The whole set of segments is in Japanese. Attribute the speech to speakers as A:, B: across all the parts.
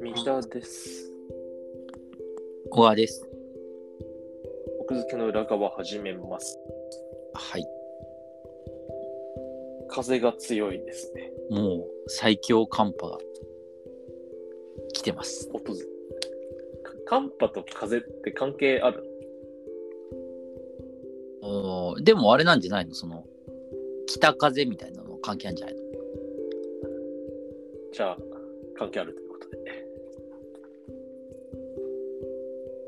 A: 三田です。
B: 小川です。
A: 奥付けの裏側始めます。
B: はい。
A: 風が強いですね。
B: もう最強寒波が来てます。
A: 音ずか寒波と風って関係ある
B: おーでもあれなんじゃないのその北風みたいなの関係あるんじゃないの
A: じゃあ、関係あるということで。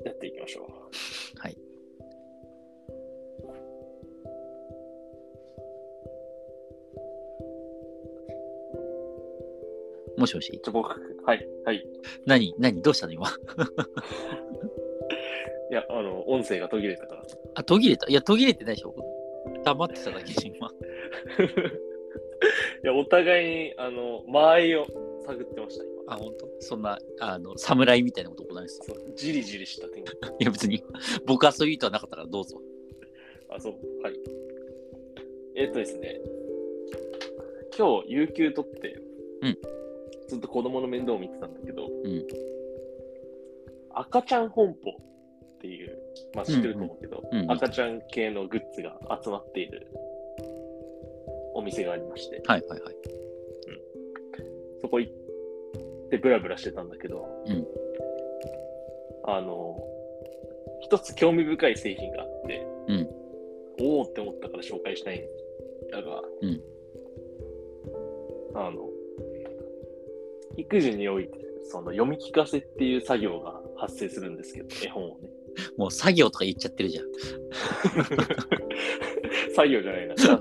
A: やっていきましょう。
B: はい。もしもし
A: じゃあ僕、はい、はい。
B: 何何どうしたの今
A: いや、あの、音声が途切れたから。
B: あ、途切れたいや、途切れてないでしょ黙ってただけで今。
A: いや、お互いに、あの、間合いを探ってました、今。
B: あ、本当そんな、あの、侍みたいなこと行いです。
A: そうじりじりした天気。
B: いや、別に、 僕はそういう意図はなかったからどうぞ。
A: あ、そう、はい。えっとですね、今日、有給取って、
B: うん
A: ずっと子供の面倒を見てたんだけど、
B: ん
A: 赤ちゃん本舗っていう、まあ知ってると思うけど、
B: うんうん
A: 赤ちゃん系のグッズが集まっているお店がありまして、
B: はいはいはい。
A: そこ行ってブラブラしてたんだけど、
B: うん
A: あの、一つ興味深い製品があって、
B: うん
A: おおって思ったから紹介したいんだが、
B: うん
A: あの、育児において、その読み聞かせっていう作業が発生するんですけど、絵本をね。
B: もう作業とか言っちゃってるじゃん。
A: 作業じゃ ないな。なんかもう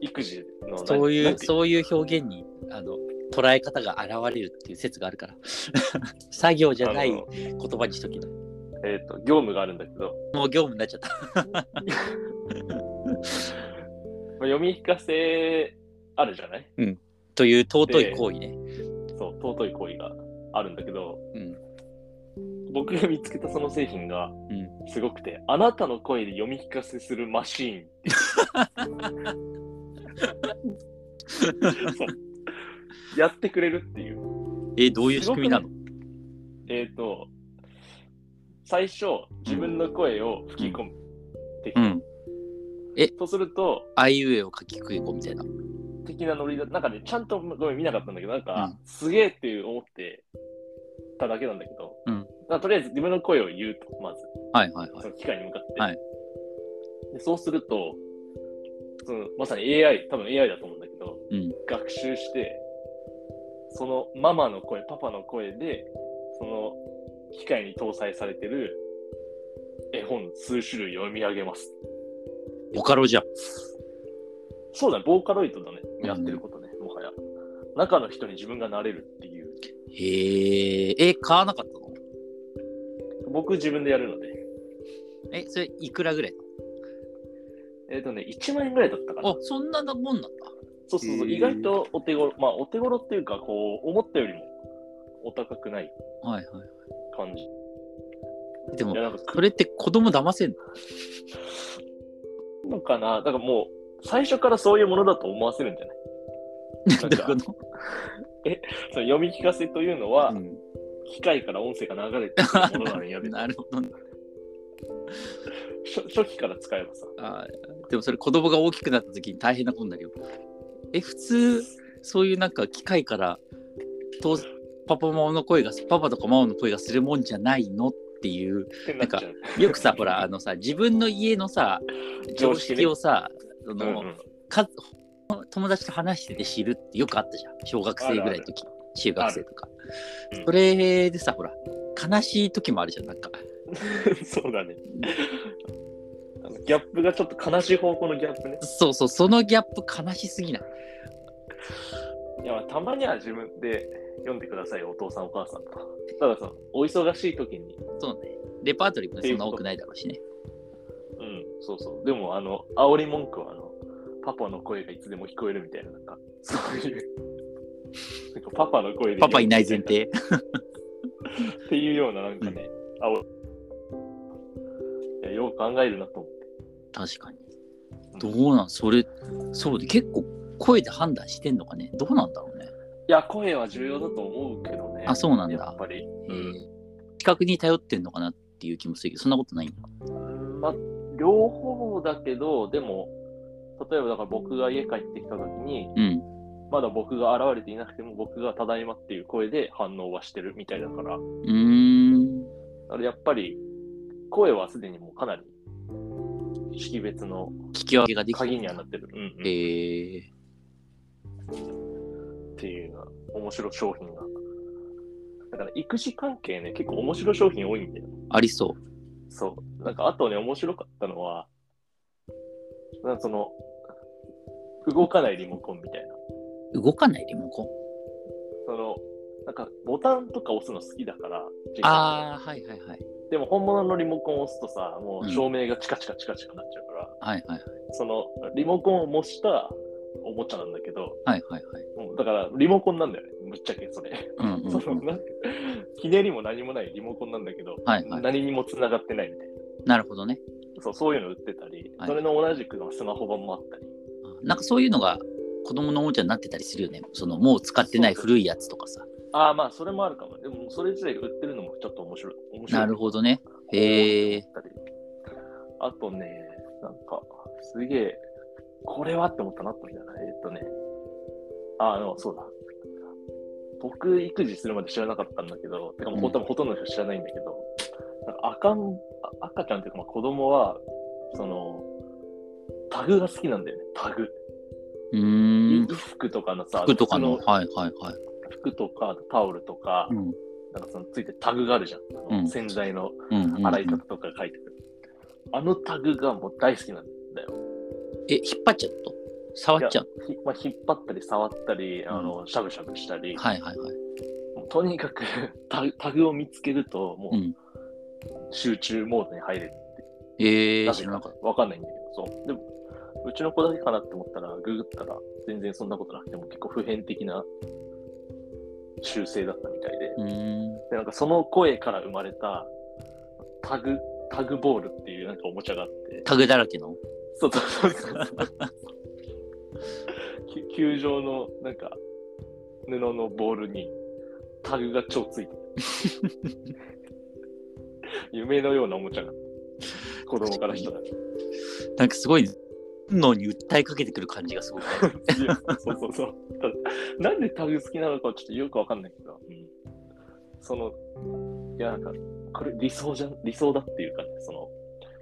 A: 育児の何
B: そうい
A: なん
B: う、
A: て
B: そういう表現に、あの、捉え方が現れるっていう説があるから。 作業じゃない
A: あ
B: 言
A: の
B: 葉にしときな。
A: えっ、と、業務があるんだけど、
B: もう業務になっちゃった。
A: まあ読み聞かせあるじゃない
B: という尊い行為ね。
A: そう、尊い行為があるんだけど、
B: うん。
A: 僕が見つけたその製品が
B: ん
A: すごくて、あなたの声で読み聞かせするマシーンっていうそ うやってくれるっていう。
B: えーどういう仕組みなの
A: えっ、と、最初、自分の声を吹き込む。
B: うん。
A: そうすると、
B: あいうえを書きくえこみたいな。
A: 的なノリだ、なんかね、ちゃんとごめん見なかったんだけど、なんか、
B: う
A: すげえっていう思ってただけなんだけど、
B: うん
A: まあとりあえず自分の声を言うと、まず。
B: はいはいは
A: そ
B: い。
A: の機械に向かって。
B: はい
A: でそうすると、そのまさに AI、多分 AI だと思うんだけど、
B: うん
A: 学習して、そのママの声、パパの声で、その機械に搭載されてる絵本数種類読み上げます。
B: ボカロじゃん。
A: そうだね、ボーカロイドだね、
B: うん
A: やってることね、もはや。中の人に自分がなれるっていう。
B: へえ。え、買わなかったの
A: 僕自分でやるので。
B: え、それいくらぐらい
A: えっ、とね、1万円ぐらいだったかな
B: あ。、そんなもんなんだ。
A: そうそうそう、
B: へー
A: 意外とお手頃、まあお手頃っていうか、こう、思ったよりもお高くない
B: はいは
A: 感じ。い
B: い。でも、
A: や、なんか
B: それって子供騙せんの
A: 来るのかなだからもう、最初からそういうものだと思わせるんじゃないなん
B: どうい
A: か
B: うこ
A: その読み聞かせというのは、
B: と
A: 機械から音声が流れてくるものなんやで
B: なるほどね
A: 初初期から使えばさ、
B: あーでもそれ子供が大きくなった時に大変なことになるよ。え、普通、そういうなんか機械からとパパママの声が、パパとかママの声がするもんじゃないのっていう、
A: ってなっちゃう。
B: よくさ、ほら、あのさ、自分の家のさ、常識をさ、そ
A: うん
B: の
A: うん
B: か友達と話してて知るってよくあったじゃん。小学生ぐらいの時、中学生とか
A: うん。
B: それでさ、ほら、悲しい時もあるじゃん、なんか。
A: そうだね。あのギャップがちょっと悲しい方向のギャップね。
B: そうそう、そのギャップ悲しすぎない。
A: いや、まあたまには自分で読んでくださいよ、お父さん、お母さんと。たださ、お忙しい時に
B: そうね。レパートリーもねそんな多くないだろうしね。
A: うん、そうそう。でも、あの、煽り文句は、あの、パパの声がいつでも聞こえるみたいな、なんか、そういう、なんかパパの声で。
B: パパいない前。提。
A: っていうような、なんかね、煽りいやよく考えるなと思
B: 確かに。
A: う。
B: どうなんそれそうで結構声で判断してんのかねどうなんだろうね
A: いや、声は重要だと思うけどね。
B: あそうなんだ
A: やっぱり。
B: え
A: う
B: ー
A: ん。
B: 比較に頼ってんのかなっていう気もするけどそんなことないんだ
A: まあ、両方だけど、でも、例えばだから僕が家帰ってきたときに、
B: うん
A: まだ僕が現れていなくても、僕がただいまっていう声で反応はしてるみたいだから、だ
B: うーん
A: からやっぱり、声はすでにもうかなり、識別の
B: 聞き分けができ
A: 鍵にはなってる。うん、うん。
B: えー、
A: っていうのは面白い商品が。だから育児関係ね、結構面白い商品多いんだよ。
B: ありそう
A: そう。なんかあとね、面白かったのは、なんかその、動かないリモコンみたいな。
B: 動かないリモコン
A: その、なんかボタンとか押すの好きだから、
B: ああはいはいはい
A: でも本物のリモコンを押すとさ、も
B: う
A: うん照明がチカチカチカチカなっちゃうから、
B: はいはい
A: そのリモコンを模したおもちゃなんだけど、
B: はいはいはい
A: もうだからリモコンなんだよね、ぶっちゃけそれ。
B: うんうん、
A: その
B: うん、
A: なんかひねりも何もないリモコンなんだけど、
B: はいはい
A: 何にも繋がってないみたいな。
B: なるほどね
A: そうそういうの売ってたり、
B: はい
A: それの同じくのスマホ版もあったり。
B: あなんかそういうのが子供のおもちゃになってたりするよねそのもう使ってない
A: そう
B: 古いやつとかさ
A: ああ、まあ、それもあるかも。でも、それ自体が売ってるのもちょっと面白い。面白い
B: なるほどねへえ
A: だったりあとね、なんか、すげえ、これはって思ったなって思ったな。えーっとね、ああの、そうだ。僕、育児するまで知らなかったんだけど、てかもうほとんど、ほとんどの人知らないんだけど、なんか赤んあ赤ちゃんというか、まあ、子供は、その、タグが好きなんだよね、タグ。
B: うーん
A: 服とかのさ、
B: 服とかの
A: そ
B: はいはいはい、
A: 服とかタオルとか、
B: うん
A: なんかそのついてるタグがあるじゃん。あの
B: うん
A: 洗剤の
B: うんうん、
A: 洗い方とか書いてくる。あのタグがもう大好きなんだよ。
B: え引っ張っちゃうと触っちゃう
A: ひまあ、引っ張ったり触ったり、あのしゃぶしゃぶしたり、
B: はいはいはい
A: もうとにかく タグタグを見つけると、も
B: うん
A: う集中モードに入れる。
B: ええ
A: な
B: ー、
A: ぜ
B: 知らなかっ
A: わかんないんだけど、そう。でも、うちの子だけかなって思ったら、ググったら、全然そんなことなくても結構普遍的な修正だったみたいで。
B: たうーん
A: で、なんかその声から生まれたタグ、タグボールっていうなんかおもちゃがあって、
B: タグだらけの
A: そうそうそうそうき球場のなんか布のボールにタグが超ついてる。 夢のようなおもちゃが。子供からしたら。
B: なんかすごいのに訴えかけてくる感じがすごくある
A: いやそうそうそう。ただなんでタグ好きなのかはちょっとよくわかんないけど、その、いや、なんか、これ理想じゃん、理想だっていうかね、その、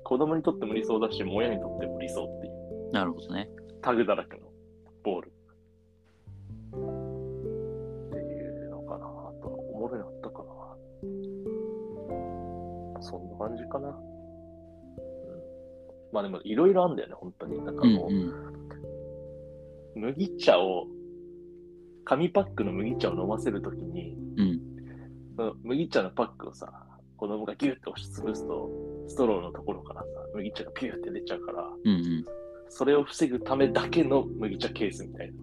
A: 子供にとっても理想だし、もう親にとっても理想っていう、
B: なるほどね
A: タグだらけのボール。っていうのかな、あと、おもろいのあったかな。そんな感じかな。うんまあでも、いろいろあんだよね、本当に。なんか
B: うん
A: もう、
B: うん
A: 麦茶を、紙パックの麦茶を飲ませるときに、
B: うん
A: その麦茶のパックをさ、子供がギュッと押しつぶすと、ストローのところからさ、麦茶がピューって出ちゃうから、
B: うんうん
A: それを防ぐためだけの麦茶ケースみたいな。い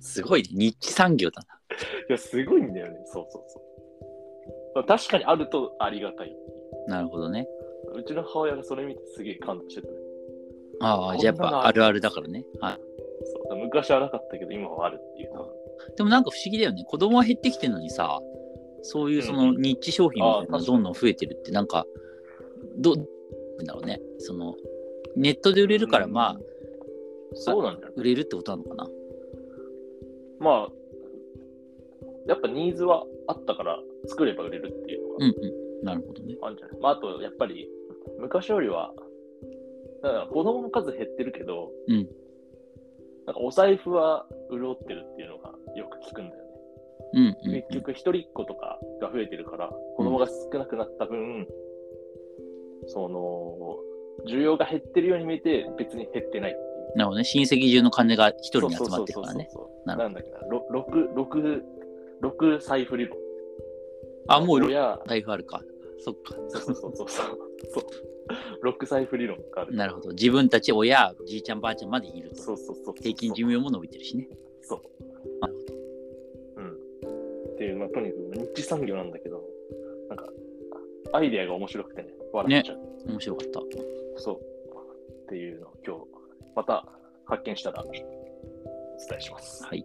B: すごいね日記産業だな
A: や、すごいんだよね。そうそうそう。確かにあるとありがたい。
B: なるほどね
A: うちの母親がそれ見てすげえ感動してたね。
B: あ
A: こんな
B: あ
A: の
B: じゃあやっぱあるあるだからねはい
A: そう昔はなかったけど、今はあるっていう。
B: でもなんか不思議だよね子供は減ってきてるのにさそういうそのニッチ商品みた
A: あー
B: いなの
A: 確か
B: が
A: に
B: どんどん増えてるってなんかどどうなんだろうねそのネットで売れるからまあ
A: うんそうなんだよね。
B: 売れるってことなのかな
A: まあ、やっぱニーズはあったから作れば売れるっていうのが
B: うんうんなるほどね
A: あるんじゃない、まあ、あと、やっぱり、昔よりは、だから子供の数減ってるけど、
B: うん
A: なんかお財布は潤ってるっていうのがよく聞くんだよね。
B: うんうんうん
A: 結局、一人っ子とかが増えてるから、子供が少なくなった分、その、需要が減ってるように見えて、別に減ってないっていう。
B: なるほどね親戚中の金が一人に集まってるからね
A: そうそうそうそう。
B: なる
A: なんだっけな、ろ六六六財布理論。
B: あもう
A: いや、
B: 財布あるかそっか
A: そうそうそうそう。そう六財布理論がある。
B: なるほど自分たち親じいちゃんばあちゃんまでいると
A: そうそうそうそう。
B: 平均寿命も伸びてるしね
A: そう。
B: なる
A: うん。っていう、まあ、とにかく、日産業なんだけど、なんか、アイデアが面白くてね、笑っちゃう。
B: 面白かった
A: そう。っていうのを今日また発見したらお伝えします。
B: はい